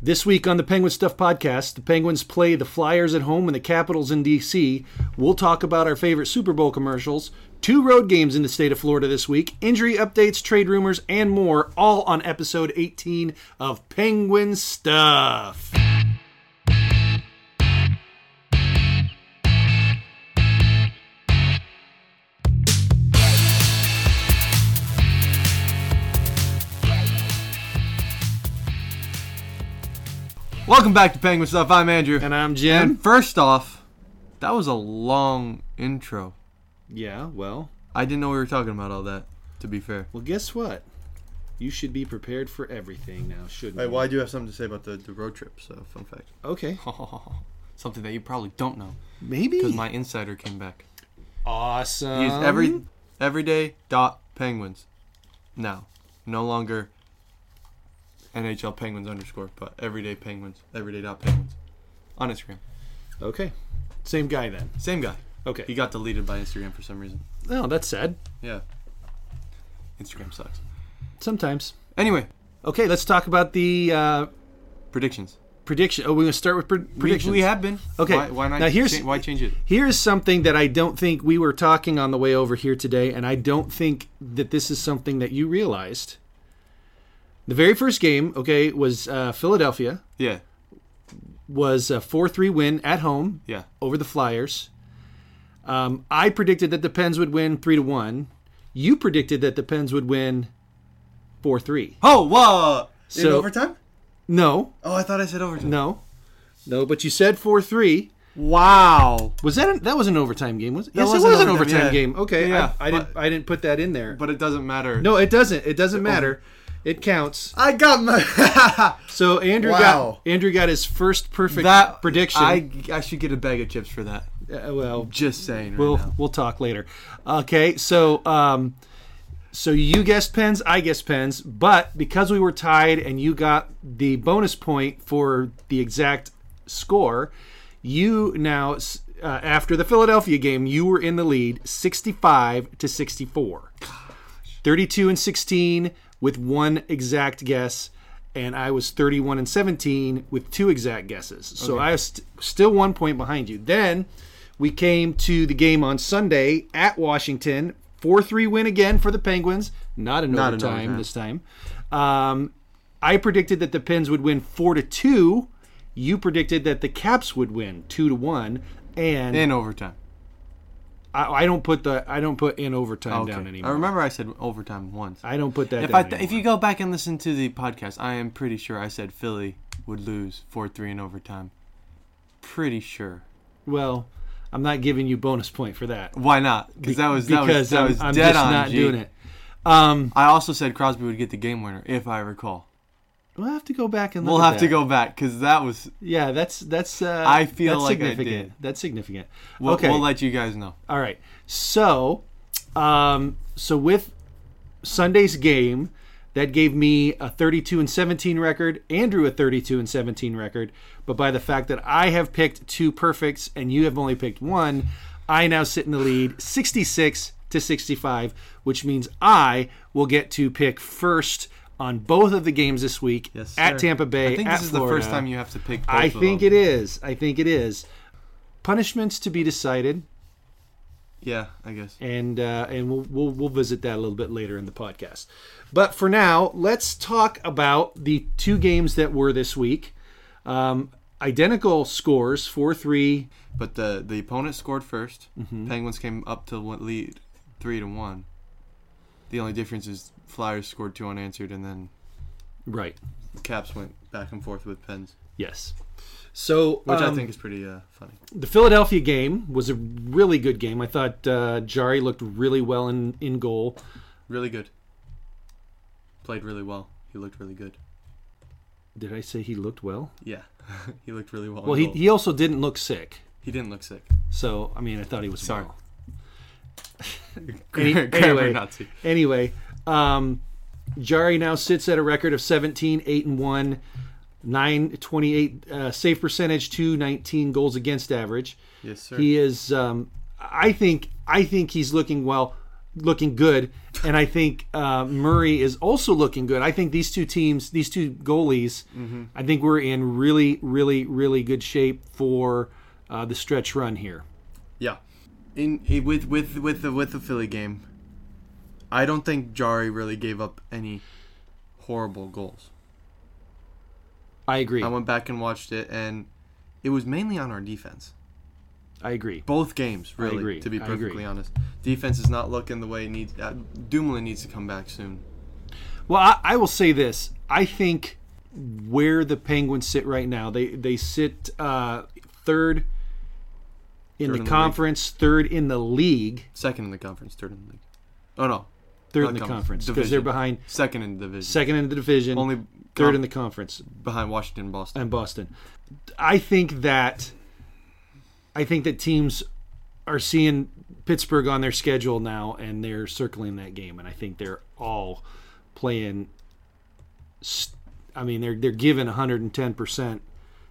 This week on the Penguin Stuff podcast, the Penguins play the Flyers at home and the Capitals in D.C. We'll talk about our favorite Super Bowl commercials, two road games in the state of Florida this week, injury updates, trade rumors, and more, all on episode 18 of Penguin Stuff. Welcome back to Penguin Stuff. I'm Andrew. And I'm Jim. And first off, that was a long intro. Yeah, well, I didn't know we were talking about all that, to be fair. well, guess what? You should be prepared for everything now, shouldn't you? do you have something to say about the, the road trip? So, fun fact. Okay, Something that you probably don't know maybe. because my insider came back. awesome. Use every everyday dot penguins. Now, no longer NHL penguins underscore, but everyday penguins, everyday dot penguins on Instagram. Okay, same guy then. Same guy. He Okay. got deleted by Instagram for some reason. Oh, that's sad. Yeah. Instagram sucks. Sometimes. Anyway, Okay, let's talk about the uh, predictions. prediction. Oh, we're gonna start with pre- predictions. We, we have been. Okay, Why, why not? now here's- cha- why change it? Here's something that I don't think we were talking on the way over here today, and I don't think that this is something that you realized. The very first game, okay, was uh, Philadelphia Yeah. was a four three win at home Yeah. over the Flyers. Um, I predicted that the Pens would win three to one. You predicted that the Pens would win four three. Oh, whoa! So- overtime? No, Oh, I thought I said overtime. no, no. But you said four three. Wow. Was that an, that was an overtime game? Was it? yes, was it an was an overtime, overtime yeah. game. Okay, Yeah, I, I didn't I didn't put that in there. But it doesn't matter. no, it doesn't. It doesn't matter. It counts. I got my So Andrew Wow. got Andrew got his first perfect that prediction. I I should get a bag of chips for that. Uh, well, Just saying. we'll right now. we'll talk later. Okay, so um, so you guessed pens, I guessed pens, but because we were tied and you got the bonus point for the exact score, you now s- uh, after the Philadelphia game, you were in the lead, sixty-five to sixty-four. 32 and 16 with one exact guess and i was 31 and 17 with two exact guesses so i was st- still one point behind you then we came to the game on sunday at washington 4-3 win again for the penguins not an an overtime overtime. this time um, i predicted that the pens would win 4 to 2 you predicted that the caps would win 2 to 1 and In overtime. I, I don't put the I don't put in overtime Okay. down anymore. I remember I said overtime once. I don't put that. if down I th- if anymore. you go back and listen to the podcast, I am pretty sure I said Philly would lose four three in overtime. Pretty sure. Well, I'm not giving you bonus point for that Why not? Because that was that was, because that I'm, was I'm dead just on. not G. doing it. Um, I also said Crosby would get the game winner, if I recall. we'll have to go back and look We'll at have to that. go back because that was. Yeah, that's that's. Uh, I feel that's like I significant. did. That's significant. We'll, okay, we'll let you guys know. all right. So, um, so with Sunday's game, that gave me a 32 and 17 record. Andrew a 32 and 17 record. But by the fact that I have picked two perfects and you have only picked one, I now sit in the lead, 66 to 65, which means I will get to pick first on both of the games this week Yes, at sir. Tampa Bay. I think at this is the first Florida. time you have to pick. Both I of think them. it is. I think it is. Punishments to be decided, Yeah, I guess. and uh, and we'll, we'll we'll visit that a little bit later in the podcast. But for now, let's talk about the two games that were this week. Um, identical scores, four three. But the the opponent scored 1st Mm-hmm. Penguins came up to one- lead three to one. The only difference is Flyers scored two unanswered, and then Right. Caps went back and forth with Pens, Yes. So which I um, think is pretty uh, funny. the Philadelphia game was a really good game. I thought uh, Jari looked really well in in goal. Really good. Played really well. He looked really good. Did I say he looked well? Yeah, he looked really well. Well, he he also didn't look sick. he didn't look sick. So I mean, I thought he was Sorry. well. Any, anyway. Nazi. Anyway, um, Jari now sits at a record of 17, 8 and 1, 9, 28 uh, save percentage, 219 goals against average. Yes, sir. He is um, I think I think he's looking well. looking good, and I think uh, Murray is also looking good. I think these two teams, these two goalies, Mm-hmm. I think we're in really, really, really good shape for uh, the stretch run here. Yeah. In, in with with with the with the Philly game, I don't think Jari really gave up any horrible goals. I agree. I went back and watched it, and it was mainly on our defense. I agree. Both games, really. agree. To be I agree. perfectly honest, defense is not looking the way it needs. Uh, Dumoulin needs to come back soon. Well, I, I will say this. I think where the Penguins sit right now, they they sit uh, third in Third in the the league. conference, third in the league, Second in the conference, third in the league. Oh no, third Not in the conference, conference because division. they're behind second in the division, second in the division, only third com- in the conference, behind Washington, and Boston. and Boston. I think that I think that teams are seeing Pittsburgh on their schedule now, and they're circling that game, and I think they're all playing. St- I mean, they're they're giving 110 percent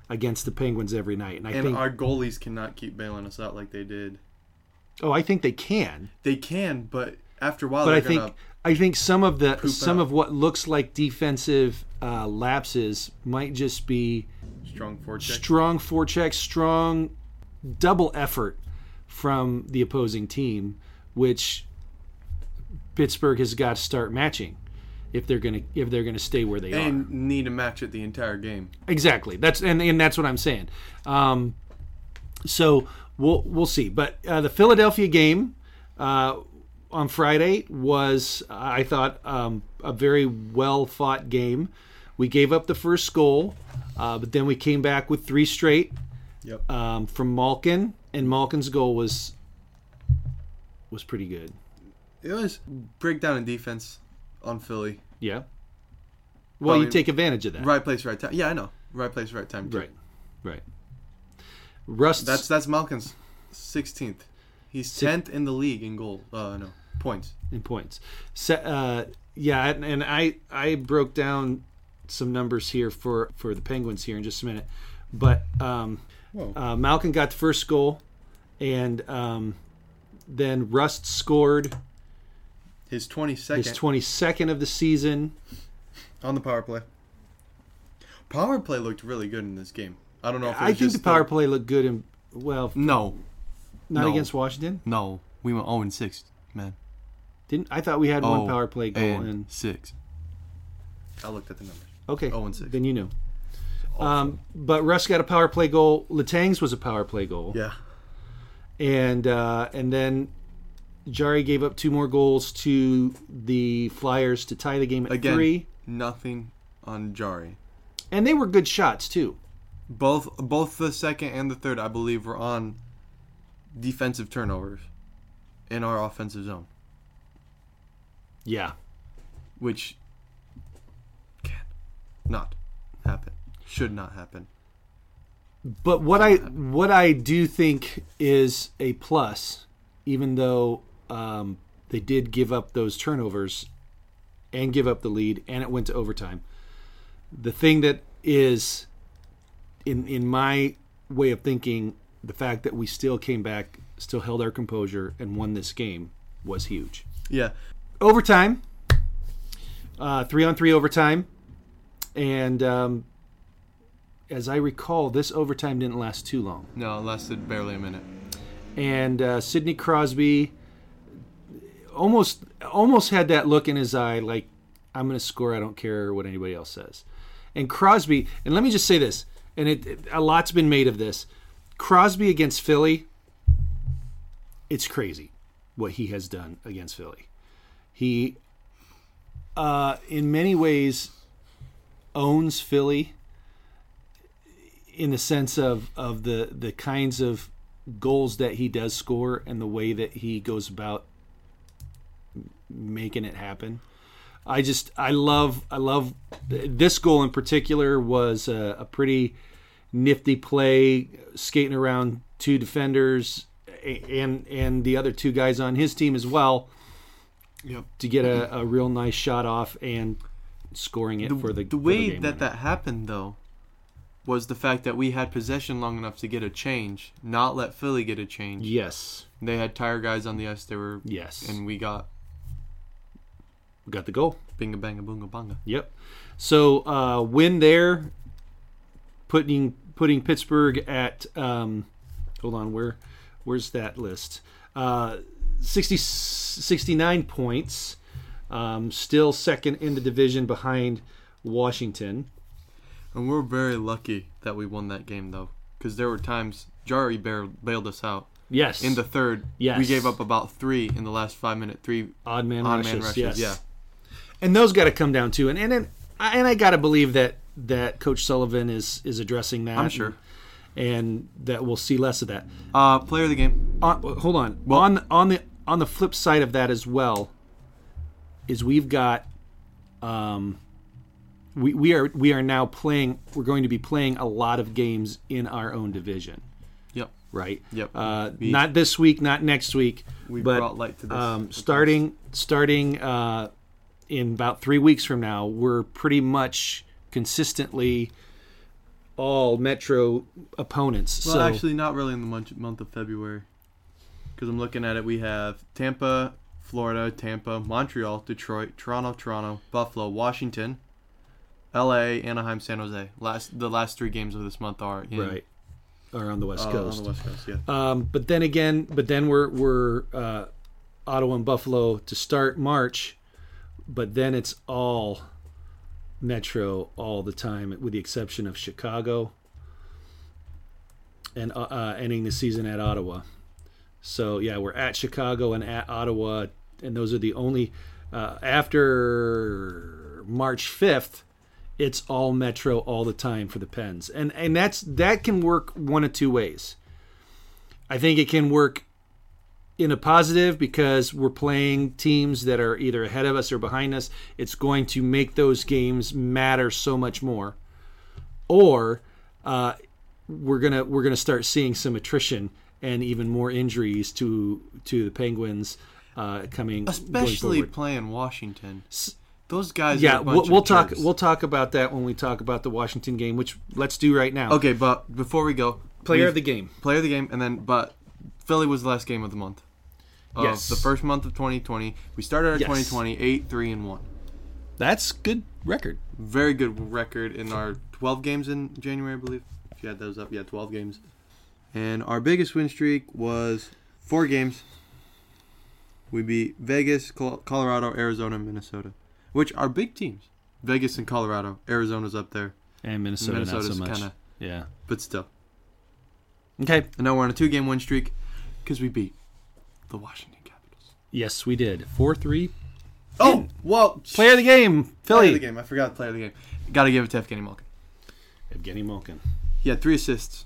against the Penguins every night, and I And think our goalies cannot keep bailing us out like they did. oh, I think they can, They can, but after a while, but they're I think gonna. I think some of the some out. of what looks like defensive uh, lapses might just be Strong forecheck. strong forecheck, strong double effort from the opposing team, which Pittsburgh has got to start matching if they're gonna if they're gonna stay where they are. and need to match it the entire game. Exactly. That's and, and that's what I'm saying. Um, so we'll we'll see. But uh, the Philadelphia game uh, on Friday was I thought um, a very well fought game. We gave up the first goal, uh, but then we came back with three straight Yep. um, from Malkin, and Malkin's goal was was pretty good. It was breakdown in defense on Philly. Yeah. Well, you Probably- take advantage of that. Right place, right time. Yeah, I know. Right place, right time. too. Right. Right. Rust. That's that's Malkin's sixteenth. He's tenth in the league in goal. Uh, no points. in points. Se- uh, yeah, and, and I I broke down some numbers here for for the Penguins here in just a minute, but um, Whoa. uh, Malkin got the first goal, and um, then Rust scored His twenty second his twenty second of the season. on the power play. Power play looked really good in this game. I don't know. if it I was think the just power play looked good in well, No, not No. against Washington. no, we went oh zero and six, man. Didn't I thought we had one Oh, power play goal and and six. I looked at the numbers. okay oh, and six. then you know. Um, but Russ got a power play goal. Latang's was a power play goal. Yeah, and uh, and then Jari gave up two more goals to the Flyers to tie the game at Again. three, nothing on Jari. and they were good shots too. Both both the second and the third, I believe, were on defensive turnovers in our offensive zone, Yeah, which can not happen. Should not happen. but what I what I do think is a plus, even though um, they did give up those turnovers and give up the lead, and it went to overtime. The thing that is, in in my way of thinking, the fact that we still came back, still held our composure, and won this game was huge. Yeah, Overtime, uh, three on three overtime, and um, as I recall, this overtime didn't last too long no, it lasted barely a minute. and uh, Sidney Crosby almost almost had that look in his eye, like I'm going to score. I don't care what anybody else says. And Crosby, and let me just say this, and it, it- a lot's been made of this. Crosby against Philly, it's crazy what he has done against Philly. He, uh, in many ways, owns Philly in the sense of of the the kinds of goals that he does score and the way that he goes about making it happen. I just I love I love this goal in particular was a, a pretty nifty play skating around two defenders a- and and the other two guys on his team as well Yep. to get a, a real nice shot off and scoring it for the the for way game winner. that that happened though was the fact that we had possession long enough to get a change, not let Philly get a change. yes They had tire guys on the ice. They were yes and we got We got the goal. Binga banga boonga bonga. Yep. So uh, win there, putting putting Pittsburgh at um, hold on where where's that list? Uh, 60, 69 points, um, still second in the division behind Washington. And we're very lucky that we won that game though, because there were times Jari bail- bailed us out Yes, in the third. we Yes. gave up about three in the last five minute three odd man on rushes. man rushes. Yes. Yeah, and those got to come down too. And and and I, and I got to believe that that Coach Sullivan is is addressing that. I'm sure. and that we'll see less of that. Uh, player of the game. on, hold on. on on the on the flip side of that as well is we've got um we, we are we are now playing we're going to be playing a lot of games in our own division, Yep. right? Yep. Uh, We- not this week, not next week, We but brought light to this. um, starting starting uh, in about three weeks from now, we're pretty much consistently all Metro opponents. well, so actually, not really in the month, month of February, because I'm looking at it. We have Tampa, Florida, Tampa, Montreal, Detroit, Toronto, Toronto, Buffalo, Washington, L.A., Anaheim, San Jose. Last the last three games of this month are in, right, or on the uh, West on Coast. the West Coast. Yeah. Um, but then again, but then we're we're uh, Ottawa and Buffalo to start March, but then it's all Metro all the time, with the exception of Chicago, and uh, uh, ending the season at Ottawa. So yeah, we're at Chicago and at Ottawa, and those are the only uh, after March fifth. It's all Metro all the time for the Pens, and and that's that can work one of two ways. I think it can work in a positive because we're playing teams that are either ahead of us or behind us. It's going to make those games matter so much more. Or uh, we're gonna we're gonna start seeing some attrition and even more injuries to to the Penguins uh, coming, going Especially forward. playing Washington. Those guys. Yeah, are a we'll, bunch we'll of talk. jerks. We'll talk about that when we talk about the Washington game, which let's do right now. okay, but before we go, player we've- of the game. player of the game, and then but Philly was the last game of the month. Of Yes. the first month of 2020, we started our Yes. 2020 eight three and one. That's good record. Very good record in our 12 games in January, I believe. If you had those up, yeah, 12 games. And our biggest win streak was four games. We beat Vegas, Col- Colorado, Arizona, and Minnesota, which are big teams. Vegas and Colorado, Arizona's up there, And Minnesota, not Minnesota's so much. kinda- Yeah. but still. Okay. And now we're on a two game win streak because we beat the Washington Capitals. Yes, we did. Four three. Oh, well, Player of the game, Player Philly. of the game. I forgot player of the game. Got to give it to Evgeny Malkin. Evgeny Malkin. He had three assists.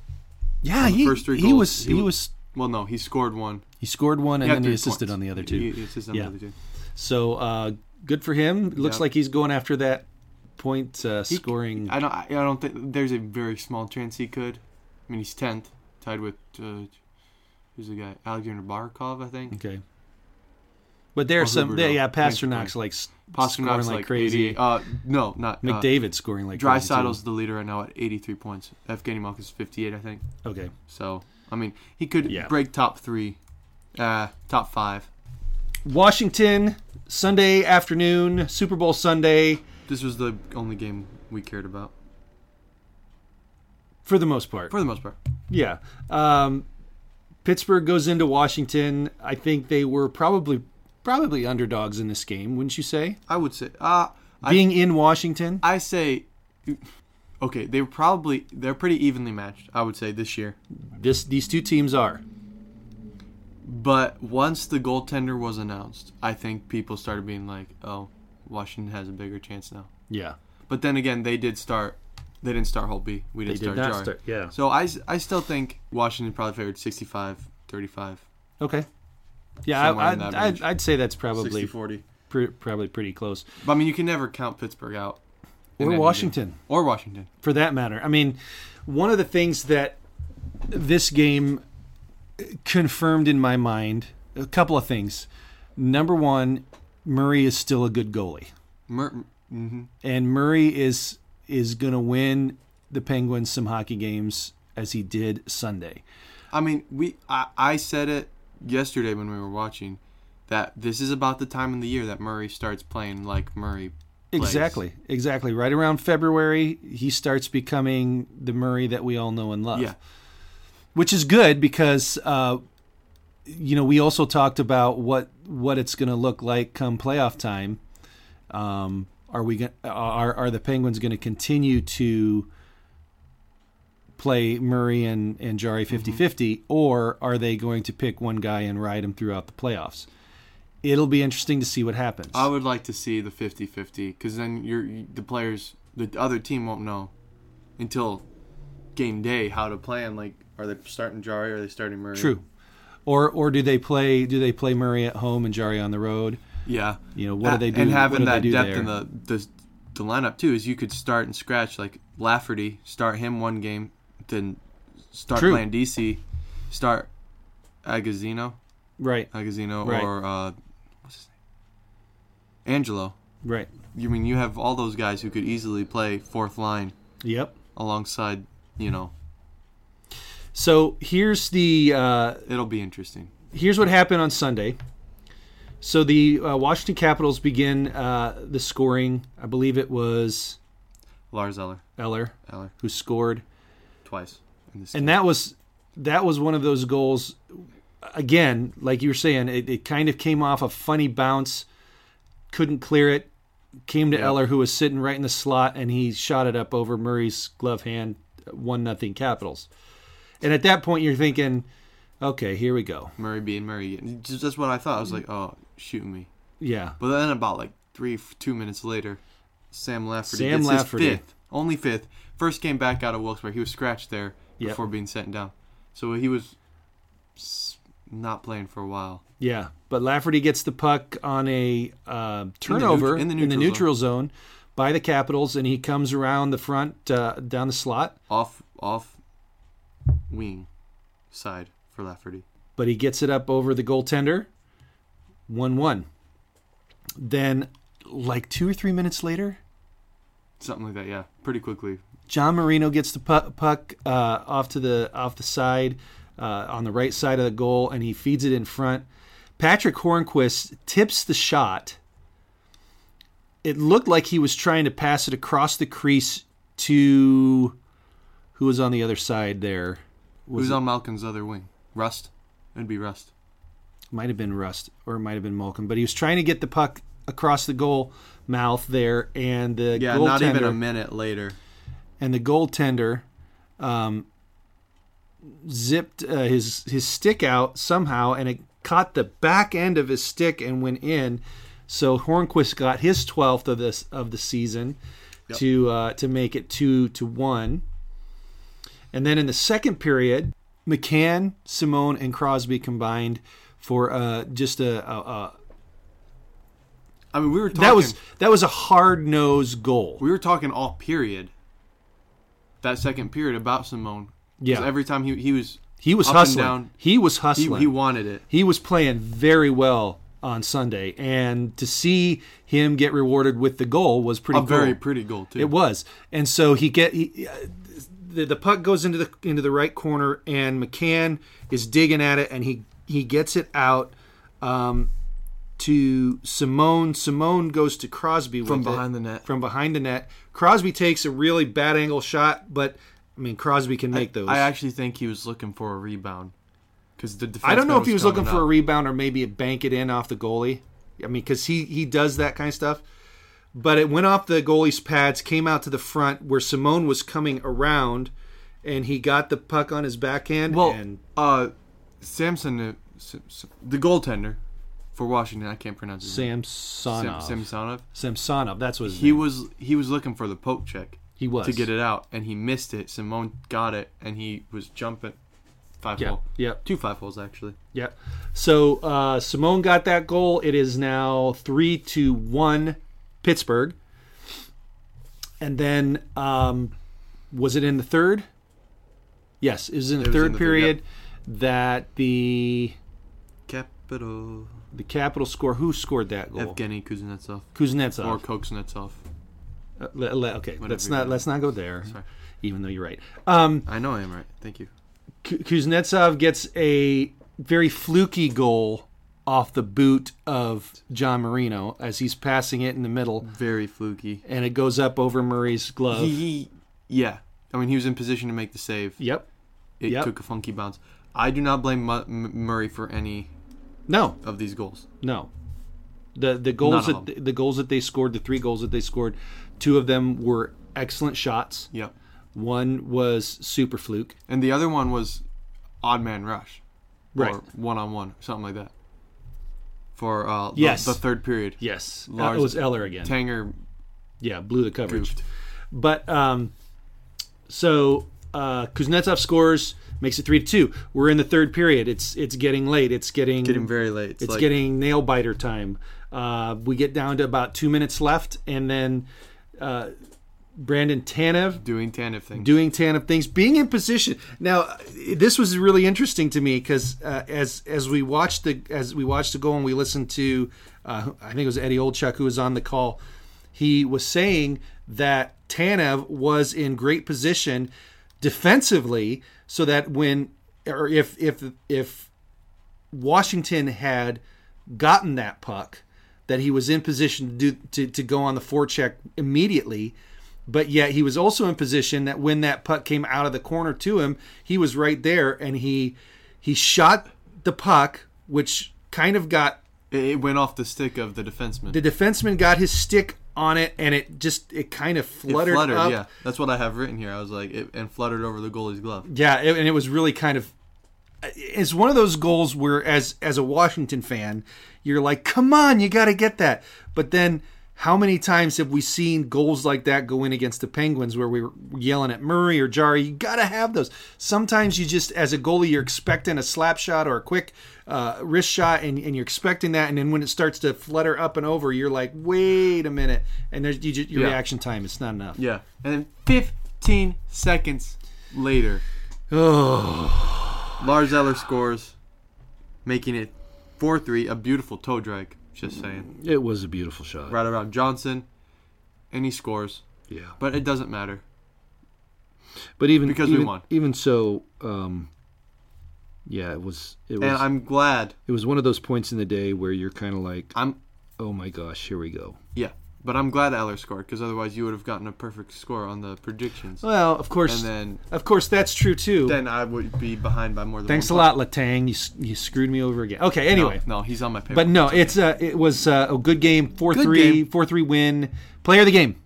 Yeah, the he, first three he goals, was he he was- was Well, no, he scored one. he scored one and had then he three assisted points. on the other two. He, he assisted on Yeah. the other two. So uh, good for him. It looks Yeah. like he's going after that point uh, scoring. I don't. I don't think there's a very small chance he could. I mean, he's tenth, tied with uh, who's the guy? Alexander Barkov, I think. okay. But there are Or some Huberdeau. yeah, yeah Thanks, Pasternak's like s- scoring Pasternak's like, like, crazy. 88 Uh, no, not uh, McDavid scoring like crazy. too. Draisaitel's the leader right now at 83 points. Evgeny Malkin's 58, I think. Okay. So, I mean, he could Yeah. break top three, uh, top five. Washington Sunday afternoon, Super Bowl Sunday This was the only game we cared about for the most part. for the most part. Yeah. Um, Pittsburgh goes into Washington. I think they were probably probably underdogs in this game, wouldn't you say? I would say. Uh, I Being in Washington. I say, okay, they were probably they're pretty evenly matched. I would say this year, This these two teams are. but once the goaltender was announced, I think people started being like, "Oh, Washington has a bigger chance now." Yeah. But then again, they did start. They didn't start Holtby. We didn't did start not Jarry. start- yeah. So I, s- I still think Washington probably favored 65, 35, Okay. Yeah, Somewhere I, in I'd, that I'd, range. I'd say that's 60, probably 40. pre- probably pretty close. But I mean, you can never count Pittsburgh out. in Or any game. Washington. Or Washington. for that matter. I mean, one of the things that this game confirmed in my mind, a couple of things. Number one, Murray is still a good goalie, Mer- hmm and Murray is is going to win the Penguins some hockey games as he did Sunday. I mean, we I, I said it yesterday when we were watching. that this is about the time in the year that Murray starts playing like Murray. plays. Exactly, exactly. Right around February, he starts becoming the Murray that we all know and love. Yeah. which is good because uh, you know we also talked about what what it's going to look like come playoff time. Um, are we going are are the Penguins going to continue to play Murray and and Jari 50-50 or are they going to pick one guy and ride him throughout the playoffs? It'll be interesting to see what happens. I would like to see the 50-50 because then you're the players, the other team won't know until game day how to play and like are they starting Jari or are they starting Murray? True. Or or do they play do they play Murray at home and Jari on the road? Yeah. You know, what do A- they do? And what having do that they do depth there? in the, the the lineup too is you could start and scratch like Lafferty, start him one game, then start True. playing DC, start Agazino, Right, Agazino Right. or uh, what's his name, Angelo. right. You mean you have all those guys who could easily play fourth line Yep. alongside. You know, So here's the uh, it'll be interesting. here's what happened on Sunday. So the uh, Washington Capitals begin uh, the scoring. I believe it was Lars Eller, Eller Eller who scored, twice in this and that was that was one of those goals. Again, like you were saying, it, it kind of came off a funny bounce, couldn't clear it. Came to Eller, who was sitting right in the slot, and he shot it up over Murray's glove hand. One nothing Capitals, and at that point you're thinking, okay, here we go. Murray being Murray. Just, that's what I thought. I Mm. was like, oh, shoot me. Yeah, But then about like three, f- two minutes later, Sam Lafferty Sam gets Lafferty. his fifth, only fifth. First came back out of Wilkes-Barre. He was scratched there Yep. before being sent down. So he was s- not playing for a while. Yeah, but Lafferty gets the puck on a uh, turnover in the in the neutral neutral zone by the Capitals, and he comes around the front uh, down the slot, Off, off wing side for Lafferty. but he gets it up over the goaltender, one-one. Then, like two or three minutes later, Something like that, yeah. Pretty quickly. John Marino gets the pu- puck uh, off to the off the side uh, on the right side of the goal, and he feeds it in front. Patrick Hornquist tips the shot. It looked like he was trying to pass it across the crease to who was on the other side. There was Who's it, on Malkin's other wing? Rust? It'd be Rust. might have been Rust or it might have been Malkin, but he was trying to get the puck across the goal mouth there, and the Yeah, goaltender, not even a minute later. and the goaltender um, zipped uh, his his stick out somehow, and it caught the back end of his stick and went in. So Hornquist got his twelfth of this of the season to uh, to make it two to one. And then in the second period, McCann, Simone, and Crosby combined for uh, just a, a, a I mean, we were talking. that was that was a hard nosed goal. we were talking all period that second period about Simone. 'Cause Yeah. Every time he he was He was up and hustling. down. He was he, hustling. he wanted it. he was playing very well on Sunday, and to see him get rewarded with the goal was pretty A cool. very pretty goal too. it was, and so he get he, uh, the the puck goes into the into the right corner, and McCann is digging at it, and he he gets it out um, to Simone. Simone goes to Crosby from with it behind the net. from behind the net. Crosby takes a really bad angle shot, but I mean Crosby can make those. I actually think he was looking for a rebound because the defense. I don't know if he was looking for a rebound or maybe a bank it in off the goalie. I mean, because he he does that kind of stuff. But it went off the goalie's pads, came out to the front where Simone was coming around, and he got the puck on his backhand. Well, and uh, Samson, uh, S- S- the goaltender for Washington. I can't pronounce his name. Samsonov, Sam, Samsonov. Samsonov, that's what his He name. was he was looking for the poke check he was to get it out, and he missed it. Simone got it, and he was jumping five Yep, hole, yep, two five holes actually. yep. So uh, Simone got that goal. It is now three to one, Pittsburgh. And then um, was it in the third? Yes, it was in the It was third in the third, period that the Capital. the Capitals score. Who scored that goal? Evgeny Oh. Kuznetsov Kuznetsov. or Koksnetsov. Uh, le- le- okay, let's you not mean. let's not go there. Sorry. Even though you're right. Um, I know I am right. Thank you. Ku- Kuznetsov gets a very fluky goal off the boot of John Marino as he's passing it in the middle, Very fluky. and it goes up over Murray's glove. He, he- yeah. I mean, he was in position to make the save. Yep. It Yep. took a funky bounce. I do not blame Mu- M- Murray for any No, of these goals. no. The the goals None of that the goals that they scored, the three goals that they scored, two of them were excellent shots. Yep. One was super fluke. And the other one was odd man rush. Or Right. one on one, something like that. For uh, the- Yes. the, third period. Yes. Lars- Uh, it was Eller again. Tanger yeah, blew the coverage. goofed. But um, so uh, Kuznetsov scores, makes it three to two. We're in the third period. It's it's getting late. It's getting Getting very late. it's like- getting nail biter time. Uh, we get down to about two minutes left, and then uh, Brandon Tanev doing Tanev thing. doing Tanev things, being in position. Now, this was really interesting to me because uh, as as we watched the as we watched the goal and we listened to, uh, I think it was Eddie Olchuk who was on the call. He was saying that Tanev was in great position defensively, so that when or if if if Washington had gotten that puck, that he was in position to do to, to go on the forecheck immediately. But yet he was also in position that when that puck came out of the corner to him, he was right there and he he shot the puck, which kind of got it, it went off the stick of the defenseman. the defenseman got his stick on it and it just it kind of It fluttered, up. yeah. That's what I have written here. I was like, it, and fluttered over the goalie's glove. Yeah, it, and it was really kind of it's one of those goals where as as a Washington fan, you're like, "Come on, you got to get that." But then how many times have we seen goals like that go in against the Penguins where we were yelling at Murray or Jari, "You got to have those." Sometimes you just as a goalie you're expecting a slap shot or a quick uh, wrist shot and, and you're expecting that and then when it starts to flutter up and over, you're like, "Wait a minute." And there's you just, your Yeah. reaction time it's not enough. Yeah. And then 15 seconds later, Lars Eller scores, making it 4 3, a beautiful toe drag, just saying. it was a beautiful shot. Right around Johnson, and he scores. Yeah. But it doesn't matter. But even Because we even, won. even so, um, yeah, it was it was And I'm glad. it was one of those points in the day where you're kind of like, I'm, oh my gosh, here we go. yeah. But I'm glad Eller scored because otherwise you would have gotten a perfect score on the predictions. Well, of course, And then of course, that's true too. then I would be behind by more than Thanks a one lot, Latang. You s- you screwed me over again. Okay, point. No, anyway, No, he's on my paper. but no, it's uh, it was uh, a good game. 4-3, game. 4-3 win. Player of the game,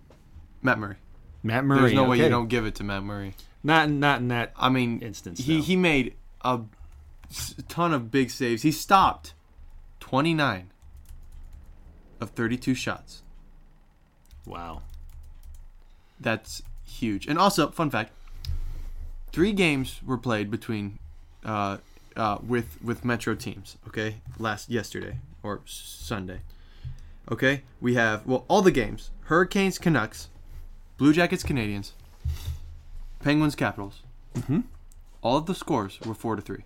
Matt Murray. Matt Murray. There's no way you okay. don't give it to Matt Murray. Not in- not in that. I mean, instance, He though. he made a s- ton of big saves. He stopped 29 of 32 shots. Wow. That's huge. And also, fun fact: three games were played between uh, uh, with with Metro teams. Okay, last yesterday or s- Sunday. Okay, we have well all the games: Hurricanes, Canucks, Blue Jackets, Canadians, Penguins, Capitals. Mm-hmm. All of the scores were four to three.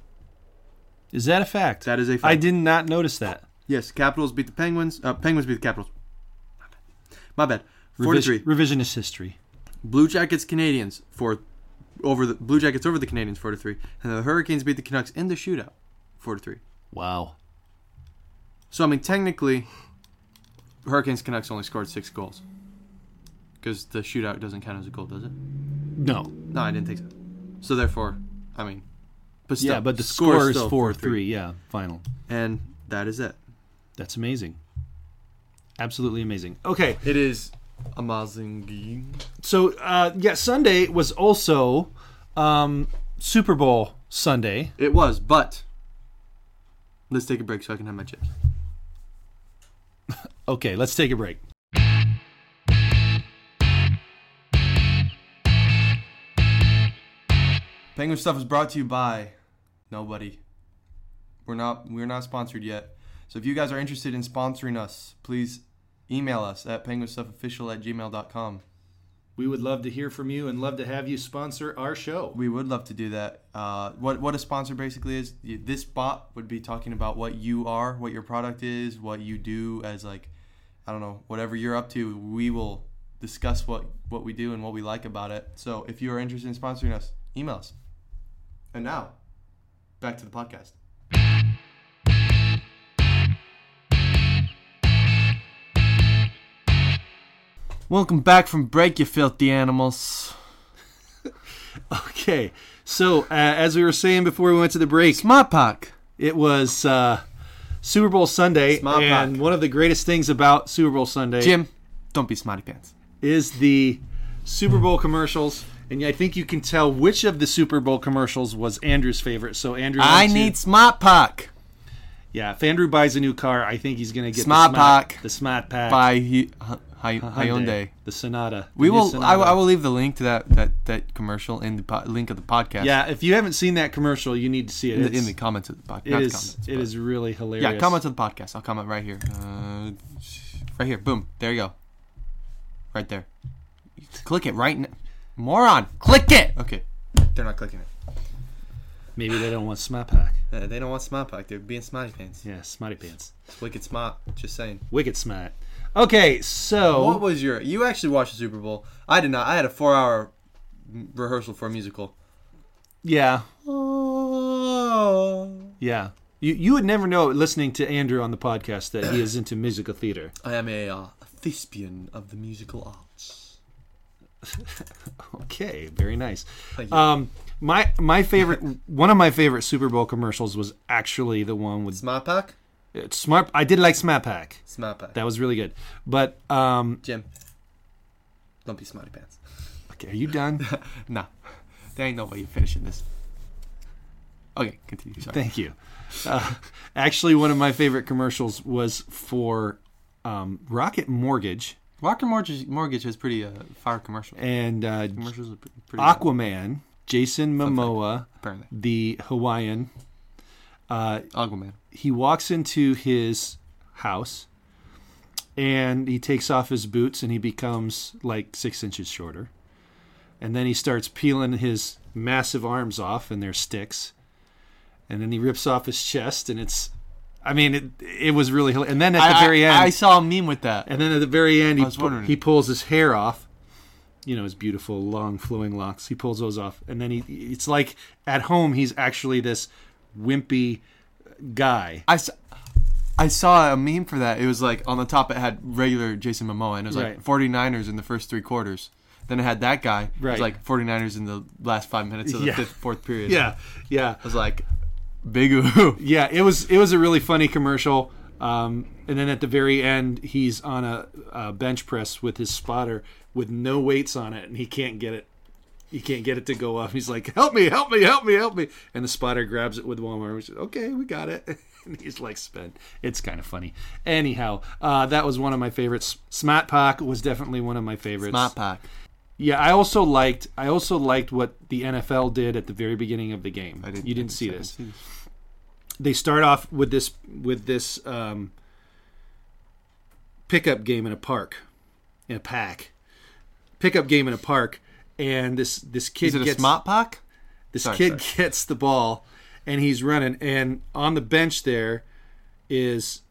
Is that a fact? That is a fact. I did not notice that. Yes, Capitals beat the Penguins. Uh, Penguins beat the Capitals. My bad. My bad. Four to Revision, three. revisionist history. Blue Jackets Canadians for over the Blue Jackets over the Canadians four to three, and the Hurricanes beat the Canucks in the shootout four to three. Wow. So I mean, technically, Hurricanes Canucks only scored six goals because the shootout doesn't count as a goal, does it? No. No, I didn't think so. So therefore, I mean, but still, Yeah, but the score is score is still 4 4-3. 3. Yeah, final. and that is it. That's amazing. Absolutely amazing. Okay, It is amazing. so uh, yeah, Sunday was also um, Super Bowl Sunday. It was, but let's take a break so I can have my chips. Okay, let's take a break. Penguin Stuff is brought to you by nobody. We're not we're not sponsored yet. So if you guys are interested in sponsoring us, please email us at penguinstuffofficial at gmail.com. We would love to hear from you and love to have you sponsor our show. We would love to do that. Uh, what what a sponsor basically is, y- this spot would be talking about what you are, what your product is, what you do as like, I don't know, whatever you're up to. We will discuss what what we do and what we like about it. So if you are interested in sponsoring us, email us. And now, back to the podcast. Welcome back from break, you filthy animals. Okay. So, uh, as we were saying before we went to the break, Smart Park. it was uh, Super Bowl Sunday, Smart and cock. one of the greatest things about Super Bowl Sunday Jim, don't be smarty pants. is the Super Bowl commercials. And I think you can tell which of the Super Bowl commercials was Andrew's favorite. So Andrew, I wants you- need Smart Park yeah. If Andrew buys a new car, I think he's gonna get Smart the smart pack. the smart pack, by Hy- Hy- the Hyundai. the Sonata. We the new will. I, Sonata. I will leave the link to that that, that commercial in the po- link of the podcast. Yeah, if you haven't seen that commercial, you need to see it. in the, It's- in the comments of the podcast. it is it is really hilarious. Yeah, comment to the podcast. I'll comment right here. Uh, right here. Boom. There you go. Right there. Click it right now. Moron. Click it. Okay. They're not clicking it. Maybe they don't want smart pack. Uh, they don't want smart pack. They're being smarty pants. Yeah, smarty pants, It's wicked smart. Just saying. wicked smart. Okay, so What was your? You actually watched the Super Bowl. I did not. I had a four-hour m- rehearsal for a musical. yeah, Oh. yeah. You you would never know listening to Andrew on the podcast that he is into musical theater. I am a uh, thespian of the musical arts. Okay, very nice. Thank you. Um, my my favorite one of my favorite Super Bowl commercials was actually the one with Smart pack. it's smart. I did like Smart Pack. Smart pack. That was really good. But um, Jim. Don't be smarty pants. okay, are you done? Nah. There ain't no way you're finishing this. Okay. Continue. Sorry. Thank you. Uh, actually, one of my favorite commercials was for um, Rocket Mortgage Rocker Mortgage, Mortgage has pretty uh, fire commercial. and uh, Commercials are pretty, pretty Aquaman, Jason Momoa, apparently. the Hawaiian. Uh, Aquaman. he walks into his house and he takes off his boots and he becomes like six inches shorter. And then he starts peeling his massive arms off and they're sticks. And then he rips off his chest and it's, I mean, it, it was really, hila- and then at the I- very I, end, I saw a meme with that. and then at the very end, he, was pu- wondering. he pulls his hair off. You know, his beautiful, long, flowing locks. He pulls those off. And then he, it's like at home, he's actually this wimpy guy. I saw, I saw a meme for that. It was like on the top it had regular Jason Momoa and it was Right. like 49ers in the first three quarters. Then it had that guy. It Right. was like 49ers in the last five minutes of the Yeah. fifth, fourth period. Yeah, yeah, It was like, big ooh. yeah. It was it was a really funny commercial. Um, and then at the very end, he's on a, a bench press with his spotter with no weights on it, and he can't get it. He can't get it to go up. He's like, "Help me! Help me! Help me! Help me!" And the spotter grabs it with one arm. He's like, "Okay, we got it." And he's like, "Spin." It's kind of funny. Anyhow, uh, that was one of my favorites. Smart Pack was definitely one of my favorites. Smart pack. Yeah, I also liked. I also liked what the NFL did at the very beginning of the game. I you didn't I see I this they start off with this with this um, pickup game in a park, in a pack, pickup game in a park, and this this kid Is it a gets smart pack? this sorry, kid gets the ball, and he's running, and on the bench there is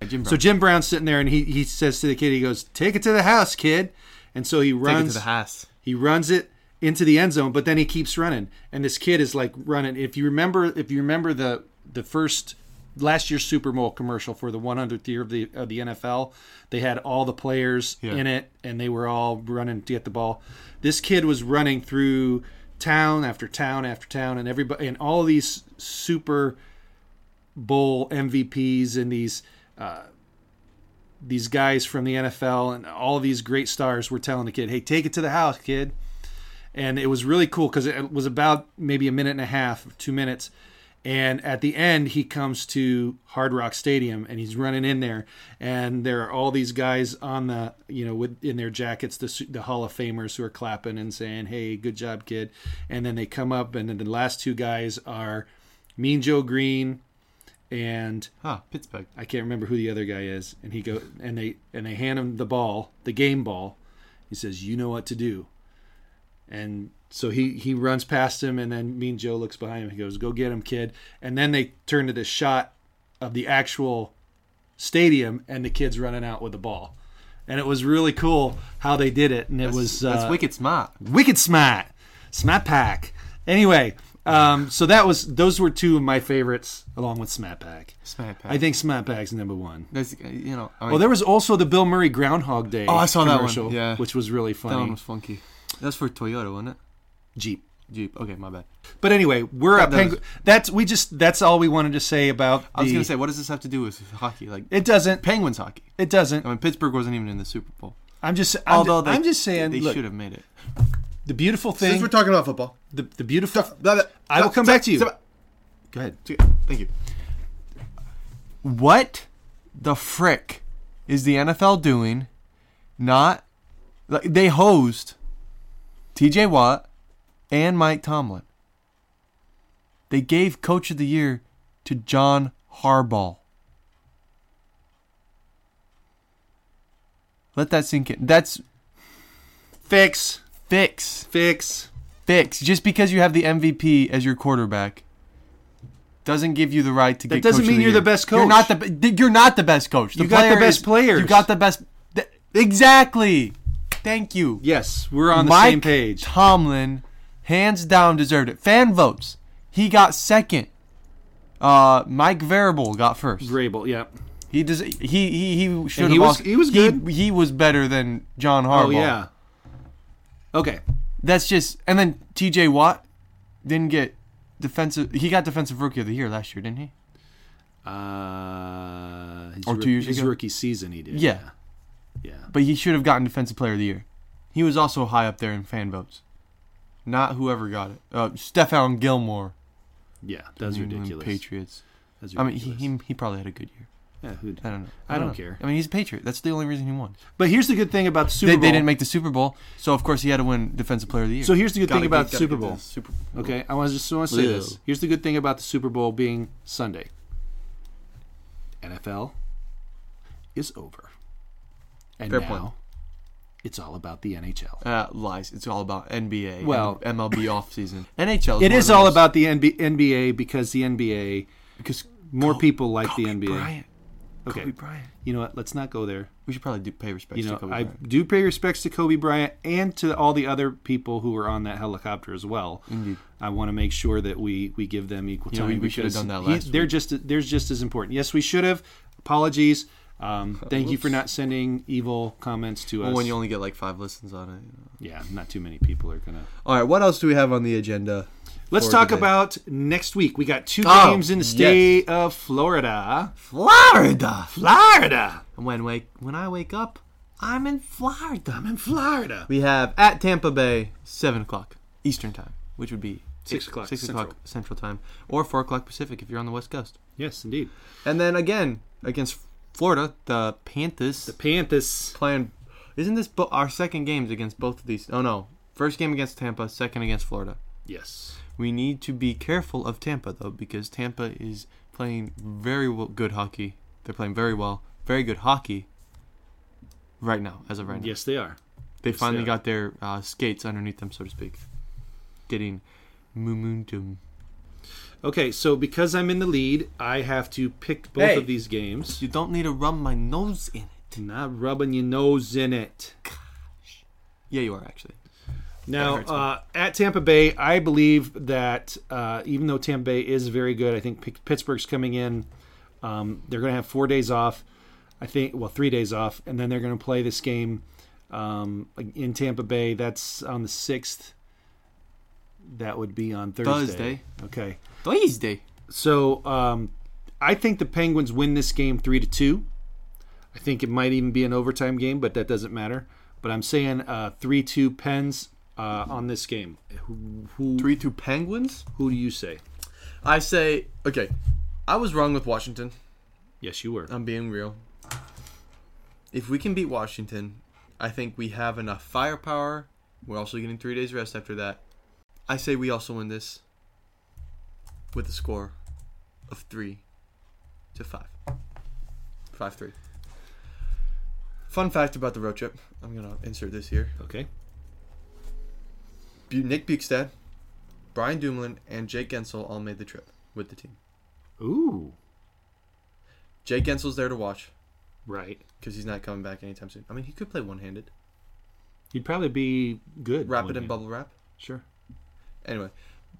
Yeah, Jim so Brown. Jim Brown's sitting there, and he he says to the kid, he goes, "Take it to the house, kid," and so he Take it runs to the house. he runs it into the end zone, but then he keeps running, and this kid is like running. If you remember, if you remember the the first last year's Super Bowl commercial for the 100th year of the of the NFL, they had all the players Yeah. in it, and they were all running to get the ball. This kid was running through town after town after town, and everybody and all these Super Bowl MVPs and these these guys from the NFL and all these great stars were telling the kid, "Hey, take it to the house, kid." And it was really cool because it was about maybe a minute and a half, two minutes, and at the end he comes to Hard Rock Stadium and he's running in there, and there are all these guys on the you know with in their jackets, the su- the Hall of Famers who are clapping and saying, "Hey, good job, kid," and then they come up and then the last two guys are Mean Joe Green and Huh, Pittsburgh. I can't remember who the other guy is, and he go and they and they hand him the ball, the game ball. He says, "You know what to do," and so he he runs past him, and then Mean Joe looks behind him. He goes, "Go get him, kid!" And then they turn to the shot of the actual stadium, and the kid's running out with the ball, and it was really cool how they did it, and it was That's uh, wicked smart. wicked smart, smart pack. Anyway, Um, so that was those were two of my favorites, along with Smat Pack. Smack Pack. I think Smat Pack's number one. That's, uh, you know, I mean, Well, there was also the Bill Murray Groundhog Day. Oh, I saw that one, commercial, yeah. which was really funny. that one was funky. That's for Toyota, wasn't it? Jeep. Jeep. Okay, my bad. But anyway, we're at that was- Penguin. That's we just that's all we wanted to say about. I was the- gonna say, what does this have to do with hockey? Like it doesn't. Penguins hockey. It doesn't. I mean, Pittsburgh wasn't even in the Super Bowl. I'm just. I'm, Although they, I'm just saying. they look, should have made it. the beautiful Since thing. we're talking about football, the, the beautiful. Blah, blah, I will blah, come blah, back to you. blah. Go ahead. Thank you. What the frick is the NFL doing? Not like they hosed T.J. Watt and Mike Tomlin. They gave Coach of the Year to John Harbaugh. Let that sink in. That's Fix. fix. Fix. fix. Just because you have the MVP as your quarterback doesn't give you the right to that get. doesn't coach of mean you're year. the best You're coach. not the. be- You're not the best coach. The You got the player best is- players. You got the best. th- exactly. Thank you. Yes, we're on the Mike same page. Tomlin, hands down, deserved it. Fan votes. He got second. Uh, Mike Variable got first. Grable. Yeah. He does. He he he should have. he was- also- he was good. He, he was better than John Harbaugh. Oh yeah. Okay. That's just and then TJ Watt didn't get defensive he got defensive rookie of the year last year, didn't he? Uh, his Or roo- Oh, two years his ago? rookie season, he did. Yeah. Yeah. But he should have gotten defensive player of the year. He was also high up there in fan votes. Not whoever got it. Uh Stefan Gilmore. Yeah. That's New England ridiculous. Mm, Patriots. That's I mean he, ridiculous. he he probably had a good year. Yeah, who'd- I don't know. I don't know. care. I mean he's a Patriot. That's the only reason he won. But here's the good thing about the Super They, Bowl. they didn't make the Super Bowl, so of course he had to win defensive player of the year. so here's the good Gotta thing get- about gotta Super get to Bowl. the Super Bowl. Okay, I want to just want to say Ew. this. Here's the good thing about the Super Bowl being Sunday. NFL is over, and Fair now point. it's all about the NHL. uh, lies. It's all about NBA. Well- and MLB offseason. NHL. It one is of all those- about the NB- NBA because the NBA because more Kobe- people like the Kobe NBA. Bryant. Okay, Kobe Bryant. you know what? Let's not go there. We should probably do pay respects You know, to Kobe I Bryant. do pay respects to Kobe Bryant and to all the other people who were on that helicopter as well. Indeed. I want to make sure that we we give them equal Yeah, time. we- we should have because done that he- last They're just they're just as important. Yes, we should have. Apologies. Um, thank you for not sending evil comments to Well, us. when you only get like five listens on it. You know. yeah, not too many people are gonna. All right, what else do we have on the agenda? Let's for talk today? about next week. We got two Oh, games in the yes. state of Florida. Florida. Florida. When wake when I wake up, I'm in Florida. I'm in Florida. We have at Tampa Bay seven o'clock Eastern time, which would be Six o'clock six o'clock Central. Central time, or four o'clock Pacific if you're on the West Coast. Yes, indeed. And then again against Florida, the Panthers The Panthers. playing. Isn't this bo- our second games against both of these? Oh no, first game against Tampa, second against Florida. Yes. We need to be careful of Tampa though, because Tampa is playing very well, good hockey. They're playing very well, very good hockey. Right now, as of right now, Yes, they are. they yes, finally they are. got their uh, skates underneath them, so to speak, getting momentum. Okay, so because I'm in the lead, I have to pick both Hey. of these games. You don't need to rub my nose in it. Not rubbing your nose in it. Yeah, you are actually. Now, hurts me. uh, at Tampa Bay, I believe that uh, even though Tampa Bay is very good, I think P- Pittsburgh's coming in. Um, they're going to have four days off, I think. Well, three days off, and then they're going to play this game um, in Tampa Bay. That's on the sixth. That would be on Thursday. Thursday. Okay, Thursday. so um, I think the Penguins win this game three to two. I think it might even be an overtime game, but that doesn't matter. But I'm saying uh, three two Pens uh, on this game. Who, who, Three two Penguins. who do you say? I say okay. I was wrong with Washington. Yes, you were. I'm being real. If we can beat Washington, I think we have enough firepower. We're also getting three days rest after that. I say we also win this with a score of three to five. Five three. Fun fact about the road trip. I'm gonna insert this here. Okay. Bu- Nick Bukestad, Brian Dumlin, and Jake Gensel all made the trip with the team. Ooh, Jake Gensel's there to watch right. because he's not coming back anytime soon. I mean, he could play one-handed, You'd probably be good. wrap one it in game. bubble wrap. Sure. Anyway,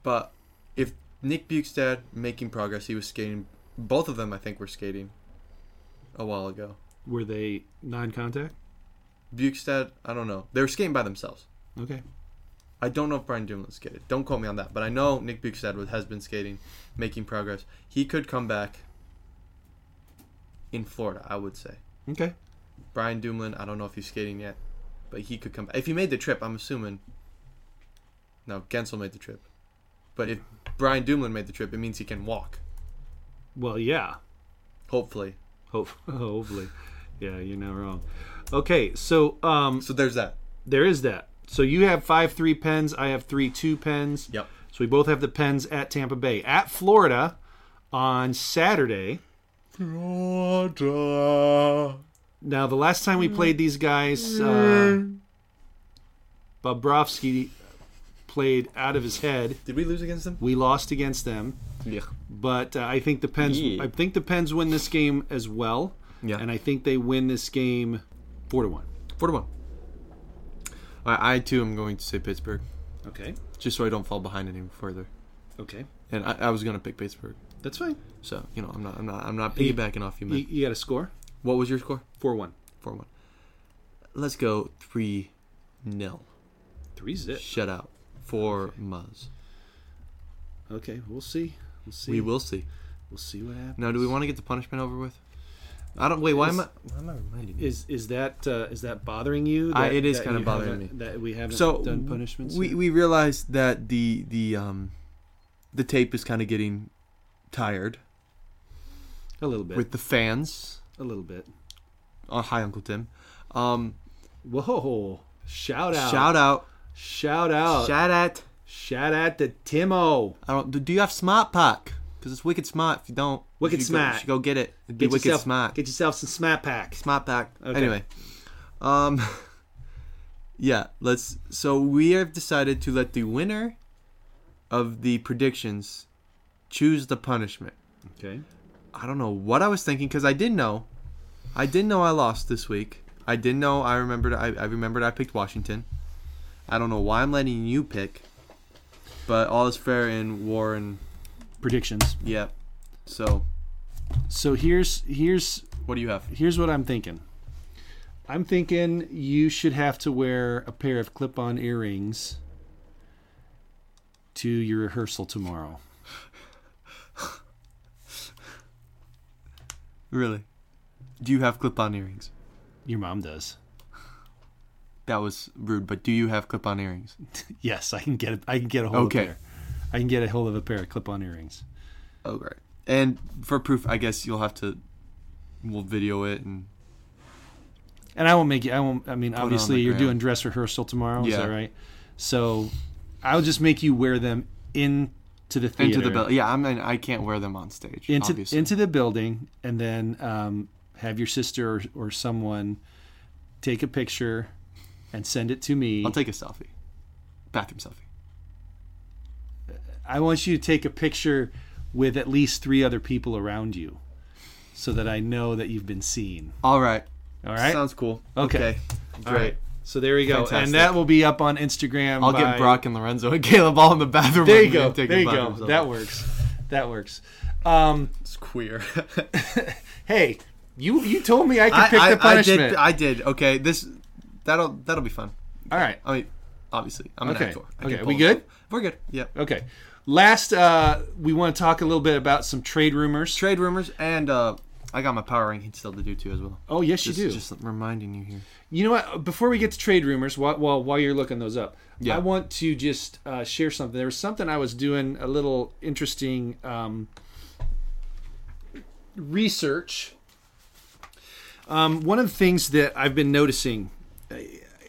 but if Nick Bukestad making progress, he was skating. Both of them, I think, were skating a while ago. Were they non-contact? Bukestad, I don't know. They were skating by themselves. Okay. I don't know if Brian Dumlin skated. Don't quote me on that, but I know Nick Bukestad was- has been skating, making progress. He could come back in Florida, I would say. Okay. Brian Dumlin, I don't know if he's skating yet, but he could come back. If he made the trip, I'm assuming. No, Gensel made the trip. But if Brian Dumlin made the trip, it means he can walk, Well, yeah. hopefully. Hope, hopefully. Yeah, you're not wrong. Okay, so um, So there's that. there is that. So you have five three pens. I have three two pens. Yep. So we both have the pens at Tampa Bay at Florida on Saturday. Now the last time we played these guys, uh, Bobrovsky played out of his head. Did we lose against them? We lost against them, Yeah. but uh, I think the Pens. Yeah. I think the Pens win this game as well. Yeah. and I think they win this game four to one. Four to one. All right, I too am going to say Pittsburgh, Okay. just so I don't fall behind any further. Okay. And I, I was gonna pick Pittsburgh, That's fine. so you know I'm not I'm not I'm not piggybacking off you, You, man. you got a score What was your score? four one. Four one. Let's go three nil. Three zip. Shutout for Muzz. Okay, we'll see. We'll see. We will see. We'll see what happens. Now, do we want to get the punishment over with? I don't. Wait, why am I? Why am I reminding Is is that uh, is that bothering you? I- that- it is that kinda you bothering haven't- That we haven't So done punishments. We yet? we realized that the the um the tape is kind of getting tired a little bit. with the fans a little bit. Oh, hi, Uncle Tim. Um, Whoa! Shout out! Shout out. Shout out! Shout out. Shout out to Timo. I don't. Do do you have Smart Pack? Because it's wicked smart. If you don't, Wicked you should Go, smart. you should go get it. It'd be Get wicked yourself, smart. Get yourself some Smat Pack. smart Pack. Okay. Anyway, um, yeah. Let's. So we have decided to let the winner of the predictions choose the punishment. Okay. I don't know what I was thinking because I didn't know. I didn't know I lost this week. I didn't know. I remembered. I, I remembered. I picked Washington. I don't know why I'm letting you pick, but all is fair in war and Predictions. yeah. So So here's here's what do you have? here's what I'm thinking. I'm thinking you should have to wear a pair of clip-on earrings to your rehearsal tomorrow. Really? Do you have clip-on earrings? Your mom does. That was rude, but do you have clip-on earrings? Yes, I can get a, I can get a hold Okay. of a pair. I can get a hold of a pair of clip-on earrings. Oh, great. And for proof, I guess you'll have to. We'll video it and And I won't make you. I won't. I mean, on obviously, the you're gram. doing dress rehearsal tomorrow. Is Yeah. that right? So, I'll just make you wear them into the theater, into the bill. Yeah, I mean, I can't wear them on stage. into obviously. into the building, and then um, have your sister or, or someone take a picture and send it to me. I'll take a selfie. Bathroom selfie. I want you to take a picture with at least three other people around you, so that I know that you've been seen. All right. All right. Sounds cool. Okay. Great. All right. So there we go, Fantastic. and that will be up on Instagram. I'll by- get Brock and Lorenzo and Caleb all in the bathroom. There with you me go. and take a There you go. bathroom selfie. That works. That works. Um, It's queer. hey, you you told me I could I, pick I, the punishment. I did. I did. Okay. This. That'll that'll be fun. All right. I mean, obviously, I'm Okay. an actor. I Okay. can We pull this good? off. We're good. Yep. Okay. Last, uh, we want to talk a little bit about some trade rumors. Trade rumors and uh, I got my power ranking still to do too as well. oh yes, Just, you do. just reminding you here. You know what? Before we get to trade rumors, while while, while you're looking those up, Yeah. I want to just uh, share something. There was something I was doing a little interesting um, research. Um, one of the things that I've been noticing, uh,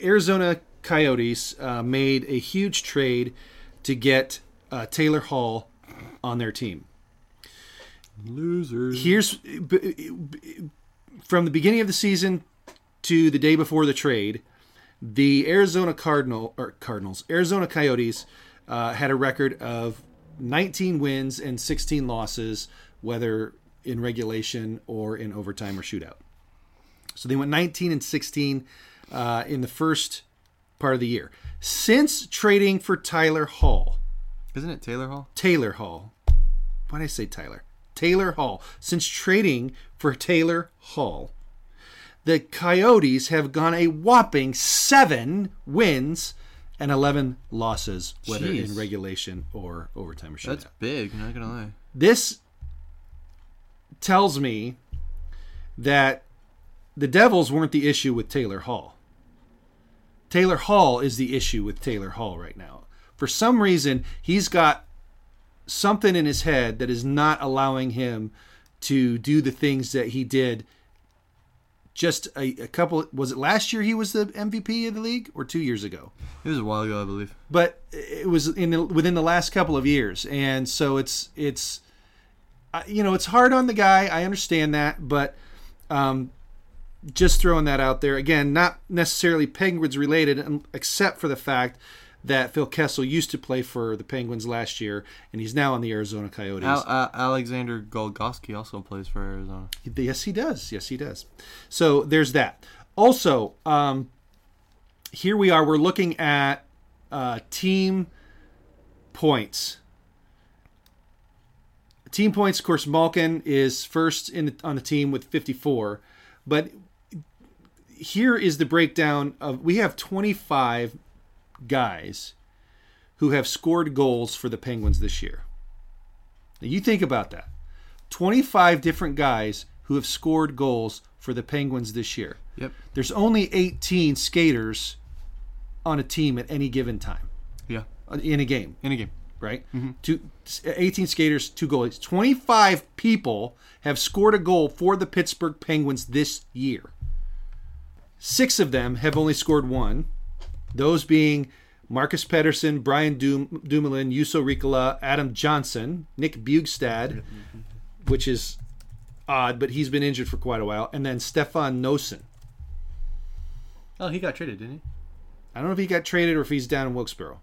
Arizona Coyotes uh, made a huge trade to get uh, Taylor Hall on their team Losers. here's b- b- from the beginning of the season to the day before the trade, the Arizona Cardinal or Cardinals, Arizona Coyotes uh, had a record of 19 wins and 16 losses, whether in regulation or in overtime or shootout. So they went 19 and 16 uh, in the first part of the year. Since trading for Tyler Hall, Isn't it Taylor Hall? Taylor Hall. Why did I say Tyler? Taylor Hall. Since trading for Taylor Hall, the Coyotes have gone a whopping seven wins and 11 losses, whether in Jeez. regulation or overtime or shootout. That's big. Not gonna lie. this tells me that the Devils weren't the issue with Taylor Hall. Taylor Hall is the issue with Taylor Hall right now. For some reason, he's got something in his head that is not allowing him to do the things that he did just a, a couple was it last year he was the MVP of the league or 2 years ago? It was a while ago, I believe. but it was in the, within the last couple of years, and so it's it's I- you know it's hard on the guy. I understand that, but um, just throwing that out there again, not necessarily Penguins related, um, except for the fact that Phil Kessel used to play for the Penguins last year, and he's now on the Arizona Coyotes. Al- uh, Alexander Golgoski also plays for Arizona. Yes, he does. Yes, he does. So there's that. Also, um, here we are. We're looking at uh, team points. Team points, of course, Malkin is first in on the team with 54, but here is the breakdown of we have 25 guys who have scored goals for the Penguins this year. Now you think about that. 25 different guys who have scored goals for the Penguins this year. Yep. There's only 18 skaters on a team at any given time Yeah. uh, in a game, In a game. right? Two, 18 skaters, two goalies. 25 people have scored a goal for the Pittsburgh Penguins this year. Six of them have only scored one, those being Marcus Pedersen, Brian Dum- Dumoulin, Yuso Ricola, Adam Johnson, Nick Bugstad, which is odd, but he's been injured for quite a while, and then Stefan Nosen. Oh, he got traded, didn't he? I don't know if he got traded or if he's down in Wilkesboro.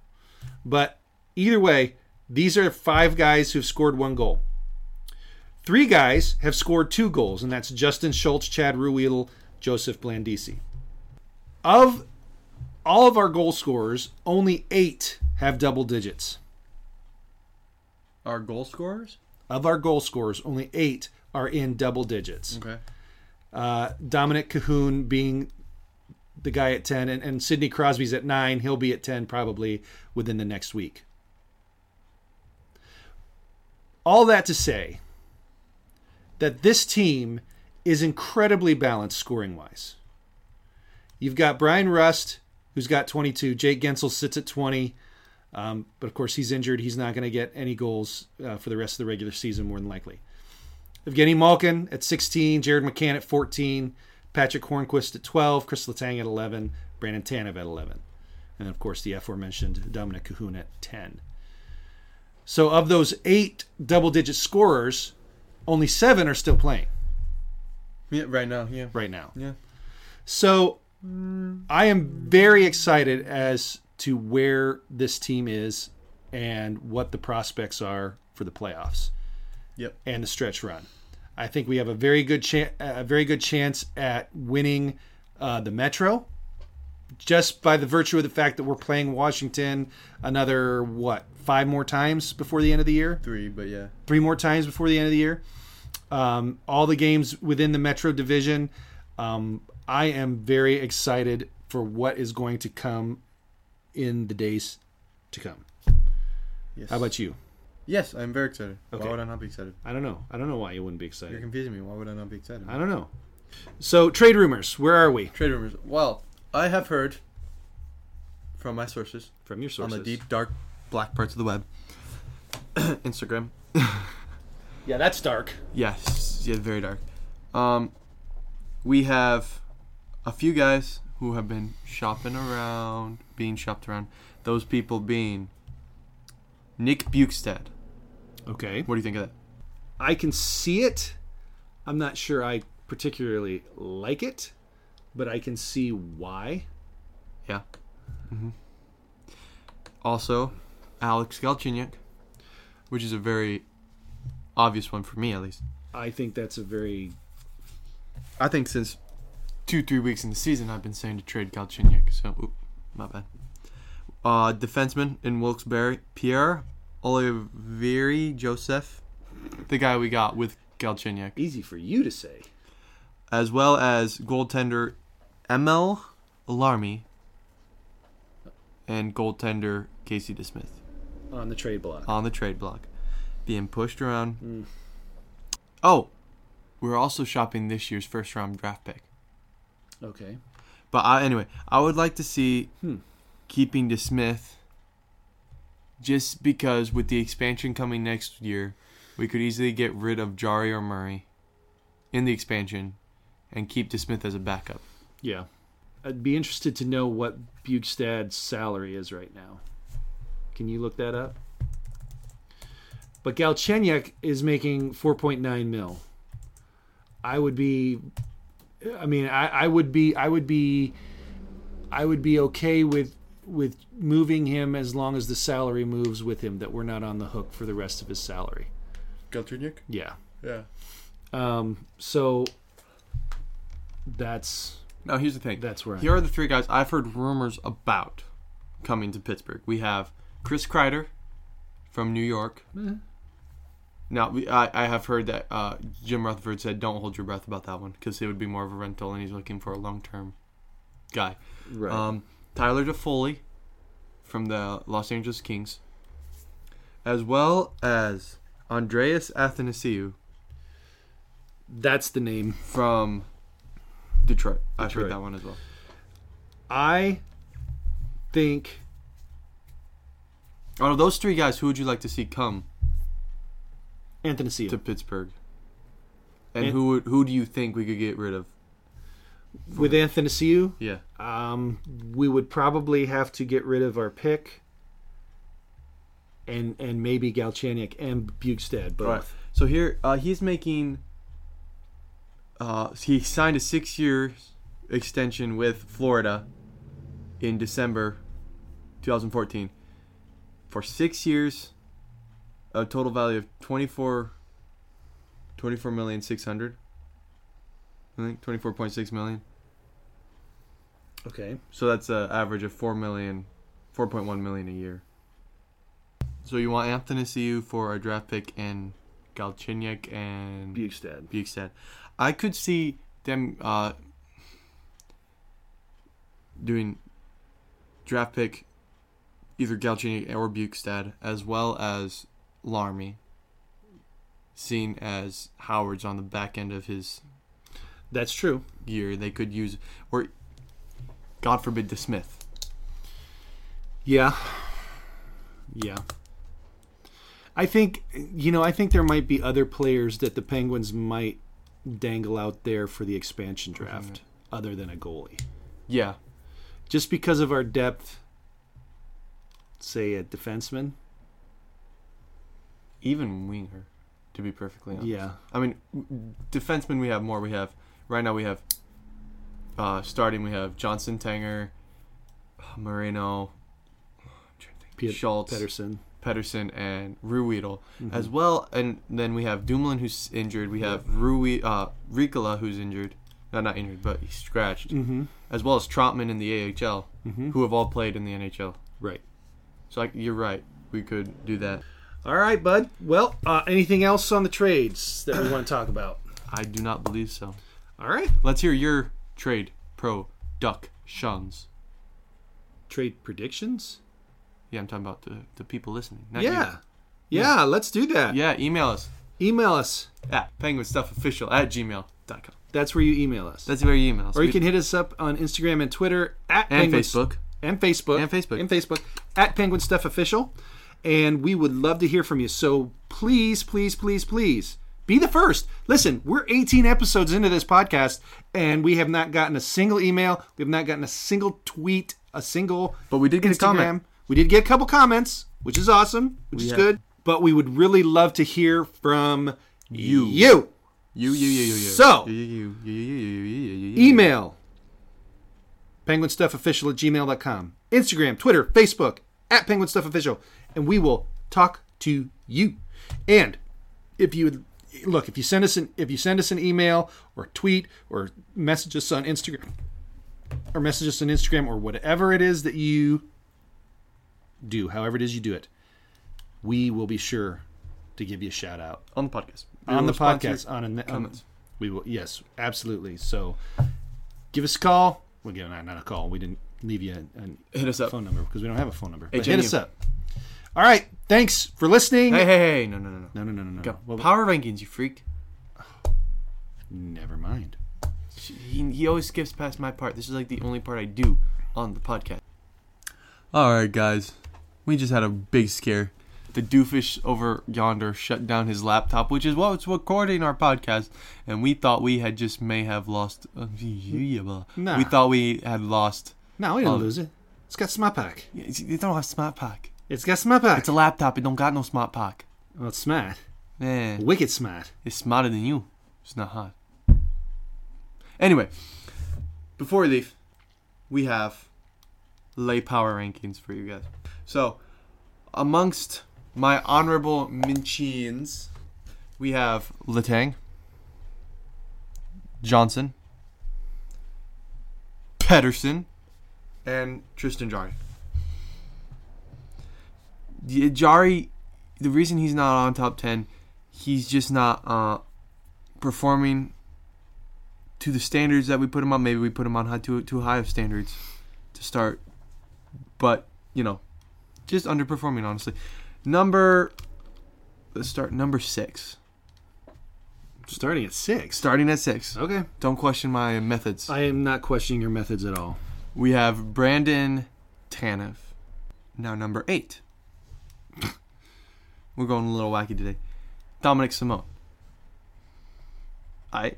But either way, these are five guys who've scored one goal. Three guys have scored two goals, and that's Justin Schultz, Chad Ruedel, Joseph Blandisi. Of all of our goal scorers, only eight have double digits. Our goal scorers. Of our goal scorers, only eight are in double digits. Okay. Uh, Dominic Cahoon being the guy at 10, and, and Sidney Crosby's at 9. He'll be at 10 probably within the next week. All that to say that this team is incredibly balanced scoring wise. You've got Brian Rust, who's got 22. Jake Gensel sits at 20. Um, but of course, he's injured. He's not going to get any goals uh, for the rest of the regular season, more than likely. Evgeny Malkin at 16, Jared McCann at 14, Patrick Hornquist at 12, Chris Letang at 11, Brandon Tanev at 11. And of course, the aforementioned Dominic Cahoon at 10. So, of those eight double digit scorers, only seven are still playing Yeah, right now. Yeah. right now. Yeah. So, I am very excited as to where this team is and what the prospects are for the playoffs Yep. and the stretch run. I think we have a very good chance, a very good chance at winning uh, the Metro, just by the virtue of the fact that we're playing Washington another what five more times before the end of the year, Three, but yeah. three more times before the end of the year. Um, all the games within the Metro division. Um, I am very excited for what is going to come in the days to come. Yes. How about you? Yes, I'm very excited. Okay. Why would I not be excited? I don't know. I don't know why you wouldn't be excited. You're confusing me. Why would I not be excited? I don't know. So trade rumors, where are we? Trade rumors. Well, I have heard from my sources, From your on the deep dark black parts of the web, Instagram. Yeah, that's dark. Yes, yeah, very dark. Um, we have a few guys who have been shopping around, being shopped around. Those people being Nick Bukestad. Okay. What do you think of that? I can see it. I'm not sure I particularly like it, but I can see why. Yeah. hmm Also, Alex Galchenyuk, which is a very obvious one for me, at least. I think that's a very I think since two, three weeks in the season, I've been saying to trade Galchenyuk. So, oop, my bad. Uh, defenseman in Wilkes-Barre, Pierre Oliveri Joseph, the guy we got with Galchenyuk, Easy for you to say. as well as goaltender Emil Alarmy and goaltender Casey DeSmith On the trade block. on the trade block, being pushed around. Oh, we're also shopping this year's first round draft pick. Okay. But I, anyway, I would like to see keeping to Smith just because with the expansion coming next year, we could easily get rid of Jari or Murray in the expansion and keep to Smith as a backup. Yeah. I'd be interested to know what Bugstad's salary is right now. Can you look that up? But Galchenyuk is making 4.9 mil. I would be I mean, I, I would be I would be I would be okay with with moving him as long as the salary moves with him that we're not on the hook for the rest of his salary. Galchenyuk? Yeah. Yeah. Um so that's Now, here's the thing. that's where I'm Here are the three guys I've heard rumors about coming to Pittsburgh. We have Chris Kreider from New York. Mhm. Now, we, I, I have heard that uh, Jim Rutherford said don't hold your breath about that one because it would be more of a rental and he's looking for a long term guy. right. Um, Tyler DeFoley from the Los Angeles Kings, as well as Andreas Athanasiou that's the name. from Detroit. I've Detroit. heard that one as well. I think Out of those three guys, who would you like to see come Anthony to Seal. Pittsburgh? And An- who would, who do you think we could get rid of? With Anthony Seal, Yeah, um, we would probably have to get rid of our pick, and and maybe Galchenyuk and Bugstad both. All right. So here, uh, he's making. Uh, he signed a six-year extension with Florida in December 2014 for six years, a total value of 24, 24 million six hundred. I think 24.6 million. Okay, So that's an average of four million, four point one million a year. So you want Anthony Siu for a draft pick and Galchenyuk and Bugstad. Bukestad. I could see them uh, doing draft pick either Galchenyuk or Bukestad, as well as Larmy, seen as Howard's on the back end of his That's true. year. They could use, or God forbid, the Smith. Yeah. Yeah. I think you know, I think there might be other players that the Penguins might dangle out there for the expansion draft other than a goalie. Yeah, Just because of our depth say a defenseman. even winger, to be perfectly honest. Yeah. I mean, defensemen we have more. We have right now we have uh, starting. We have Johnson, Tanger, Moreno, I'm trying to think, Piet- Schultz, Pedersen. Pedersen, and Ruedel Mm-hmm. as well. And then we have Dumoulin who's injured. We have Rui uh, Ricola who's injured. No, not injured, but he's scratched. Mm-hmm. As well as Trotman in the AHL, Mhm. who have all played in the NHL. Right. So like, you're right. We could do that. All right, bud. Well, uh, anything else on the trades that we want to talk about? I do not believe so. All right. Let's hear your trade pro duck shuns. Trade predictions? Yeah, I'm talking about the, the people listening. Not you. Yeah. yeah. let's do that. Yeah, email us Email us. at penguinstuffofficial at gmail.com. That's where you email us. That's where you email us. or you We- can hit us up on Instagram and Twitter at and Penguin- Facebook. and Facebook And Facebook. and Facebook at Penguin Stuff Official, and we would love to hear from you. So please, please, please, please be the first. Listen, we're 18 episodes into this podcast, and we have not gotten a single email. We have not gotten a single tweet, a single. But we did get a Instagram. comment. We did get a couple comments, which is awesome, which is have- good. But we would really love to hear from You. You You, you, you, you, you. So- E You, you, you, you, you, you, you, you, you, you. email penguinstuffofficial at gmail.com instagram twitter facebook at penguinstuffofficial and we will talk to you and if you would look if you send us an if you send us an email or tweet or message us on instagram or message us on instagram or whatever it is that you do however it is you do it we will be sure to give you a shout out on the podcast. We on will the sponsor podcast. On a ne- on, comments. we will yes, absolutely. So give us a call. Well, give not not a call. We didn't leave you an, an Hit us up. phone number because we don't have a phone number. But hit HNU. us up. All right. Thanks for listening. Hey, hey, hey! No, no, no, no. No, no, no, no, no. Go. no. Well, Power rankings, you freak. never mind. He, he always skips past my part. This is like the only part I do on the podcast. All right, guys. We just had a big scare. The doofus over yonder shut down his laptop, which is what's recording our podcast, and we thought we had just may have lost. uh, Nah. We thought we had lost. No, we didn't Um, lose it. It's got smart pack. It don't have smart pack. It's got smart pack. It's a laptop. It don't got no smart pack. well, it's smart. Man. Wicked smart. It's smarter than you. It's not hot. Anyway, before we leave, we have lay power rankings for you guys. So, amongst my honorable mentions, we have Letang, Johnson, Pedersen, and Tristan Jari. Yeah, Jari, the reason he's not on top 10 he's just not uh, performing to the standards that we put him on. Maybe we put him on high, too too high of standards to start, but you know, just underperforming honestly. Number, let's start number six. Starting at six. Starting at six. Okay. Don't question my methods. I am not questioning your methods at all. We have Brandon Tanev. Now number eight. We're going a little wacky today. Dominic Simone. I.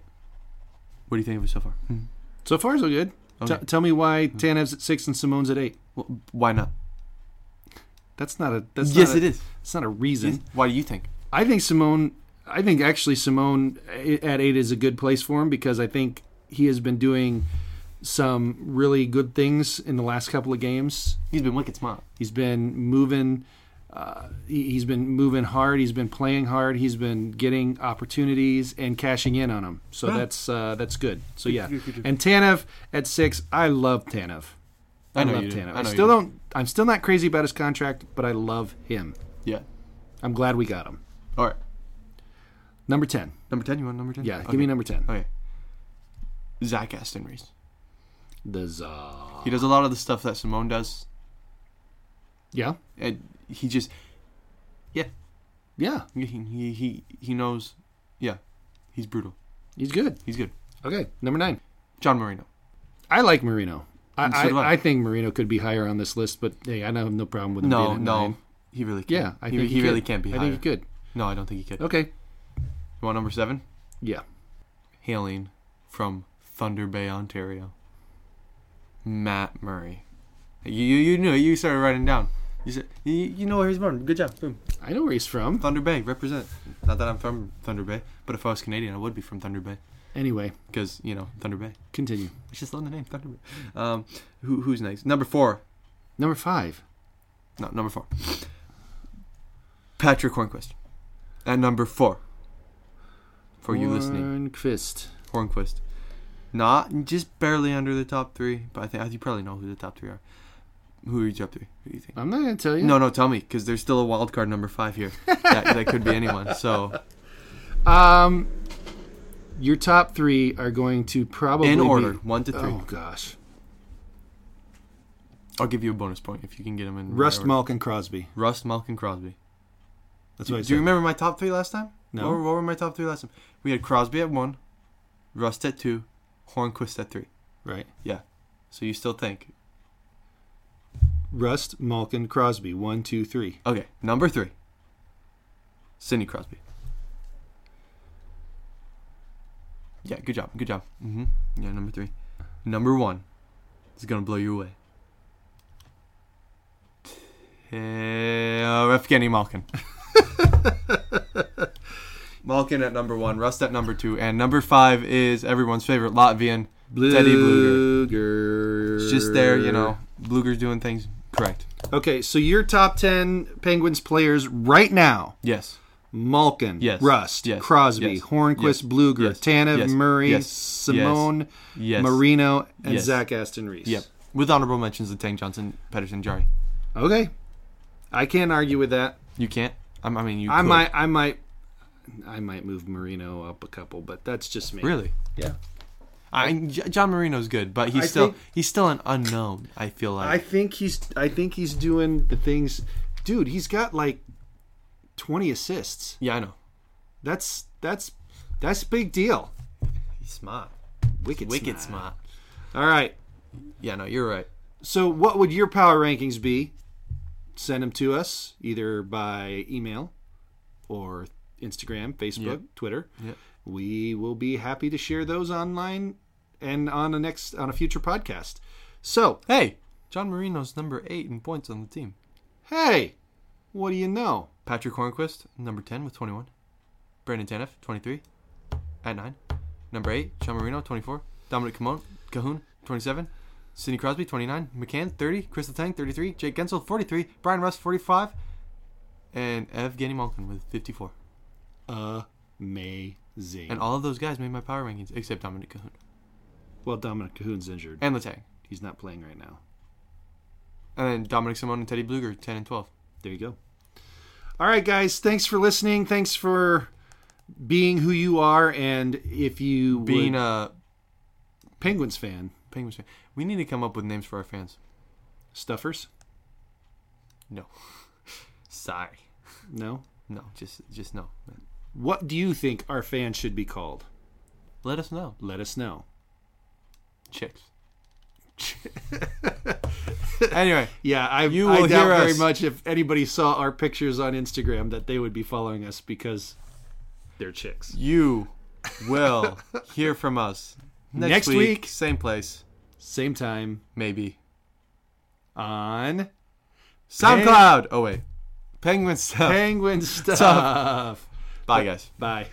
What do you think of it so far? Hmm. So far, so good. T- Okay. tell me why Tanev's at six and Simone's at eight. Well, why not? That's not a. That's yes, not a, it is. It's not a reason. Yes. Why do you think? I think Simone. I think actually Simone i- at eight is a good place for him because I think he has been doing some really good things in the last couple of games. He's been wicked smart. He's been moving. Uh, he- he's been moving hard. He's been playing hard. He's been getting opportunities and cashing in on them. So Yeah. that's uh, that's good. So yeah. Good, good, good. And Tanev at six, I love Tanev. I, I know love you do. Tanev. I I, know you still do. don't. I'm still not crazy about his contract, but I love him. Yeah. I'm glad we got him. All right. Number ten. Number ten. You want number ten? Yeah, give me number ten. Okay. Zach Aston Reese. The Za. He does uh, a lot of the stuff that Simone does, Yeah, and he just yeah, he he he, he knows. Yeah, he's brutal. he's good. He's good. Okay, number nine. John Marino. I like Marino. And so I, do I, I. I think Marino could be higher on this list, but hey, I have no problem with him No, being at no, nine. he really can't. Yeah, I he, think he, he really could. can't be I higher. think he could. No, I don't think he could. Okay, You want number seven? yeah. Hailing from Thunder Bay, Ontario. Matt Murray. You you, you knew it. you started writing down. You said you, you know where he's born. Good job. Boom. I know where he's from. Thunder Bay represent. Not that I'm from Thunder Bay, but if I was Canadian, I would be from Thunder Bay Anyway, because you know Thunder Bay. continue. I just love the name Thunder Bay. Um, who, who's next? Number four. Number five. No, number four. Patrick Hornquist. At number four. For you listening, Hornquist. Hornquist. Not just barely under the top three, but I think you probably know who the top three are. Who are your top three? Who do you think? I'm not gonna tell you. No, no, tell me, because there's still a wild card number five here. that, that could be anyone. So Um, your top three are going to probably in be- order, one to three. Oh gosh, I'll give you a bonus point if you can get them in. Rust, order. Malkin, Crosby. Rust, Malkin, Crosby. That's Do, what I do you said. remember my top three last time? No. What were, what were my top three last time? We had Crosby at one, Rust at two, Hornquist at three. Right. So you still think? Rust, Malkin, Crosby. One, two, three. Okay, number three. Sidney Crosby. Yeah, good job, good job. hmm Yeah, number three. Number one is gonna blow you away. Uh, Evgeny Malkin. Malkin at number one, Rust at number two, and number five is everyone's favorite Latvian. Teddy Bluger. Bluger. It's just there, you know. Bluger's doing things correct. Okay, so your top ten Penguins players right now: Yes. Malkin, Yes. Rust, Yes. Crosby, Yes. Hornquist, Yes. Bluger, Yes. Tanev, Yes. Murray, Yes. Simone, Yes. Marino, and Yes. Zach Aston Reese. Yep. With honorable mentions, the Tank Johnson, Pedersen, Jari. Okay, I can't argue with that. You can't. I'm, I mean, you. I could. might, I might, I might move Marino up a couple, but that's just me. really. Yeah. I J- John Marino's good, but he's I still think- he's still an unknown. I feel like I think he's, I think he's doing the things, dude. He's got like twenty assists. yeah, I know That's that's that's a big deal. he's smart, Wicked, wicked smart. smart. All right. Yeah, no, you're right. So, what would your power rankings be? Send them to us either by email or Instagram, Facebook, Twitter. Yep. We will be happy to share those online and on a next on a future podcast. So, Hey, John Marino's number eight in points on the team. hey, what do you know? Patrick Hornquist, number 10 with 21. Brandon Tanev, 23, at 9. Number 8, Sean Marino, 24. Dominic Camon, Cahoon, 27. Sidney Crosby, 29. McCann, 30. Chris Letang, 33. Jake Gensel, 43. Brian Russ, 45. And Evgeny Malkin with 54. Amazing. Uh, And all of those guys made my power rankings except Dominic Cahoon well, Dominic Cahoon's injured. and Letang. He's not playing right now. And then Dominic Simone and Teddy Bluger, 10 and 12. There you go. All right, guys. Thanks for listening. Thanks for being who you are. And if you Being would- a Penguins fan, Penguins fan, we need to come up with names for our fans. stuffers. No. Sorry. No. No, just just no. man. What do you think our fans should be called? Let us know. Let us know. chicks. anyway, Yeah, I, You I will doubt hear very us. much if anybody saw our pictures on Instagram that they would be following us because they're chicks. you will hear from us next, Next week, week. same place, Same time maybe. on SoundCloud. Oh wait, Penguin stuff. Penguin Stuff. Bye guys. Bye.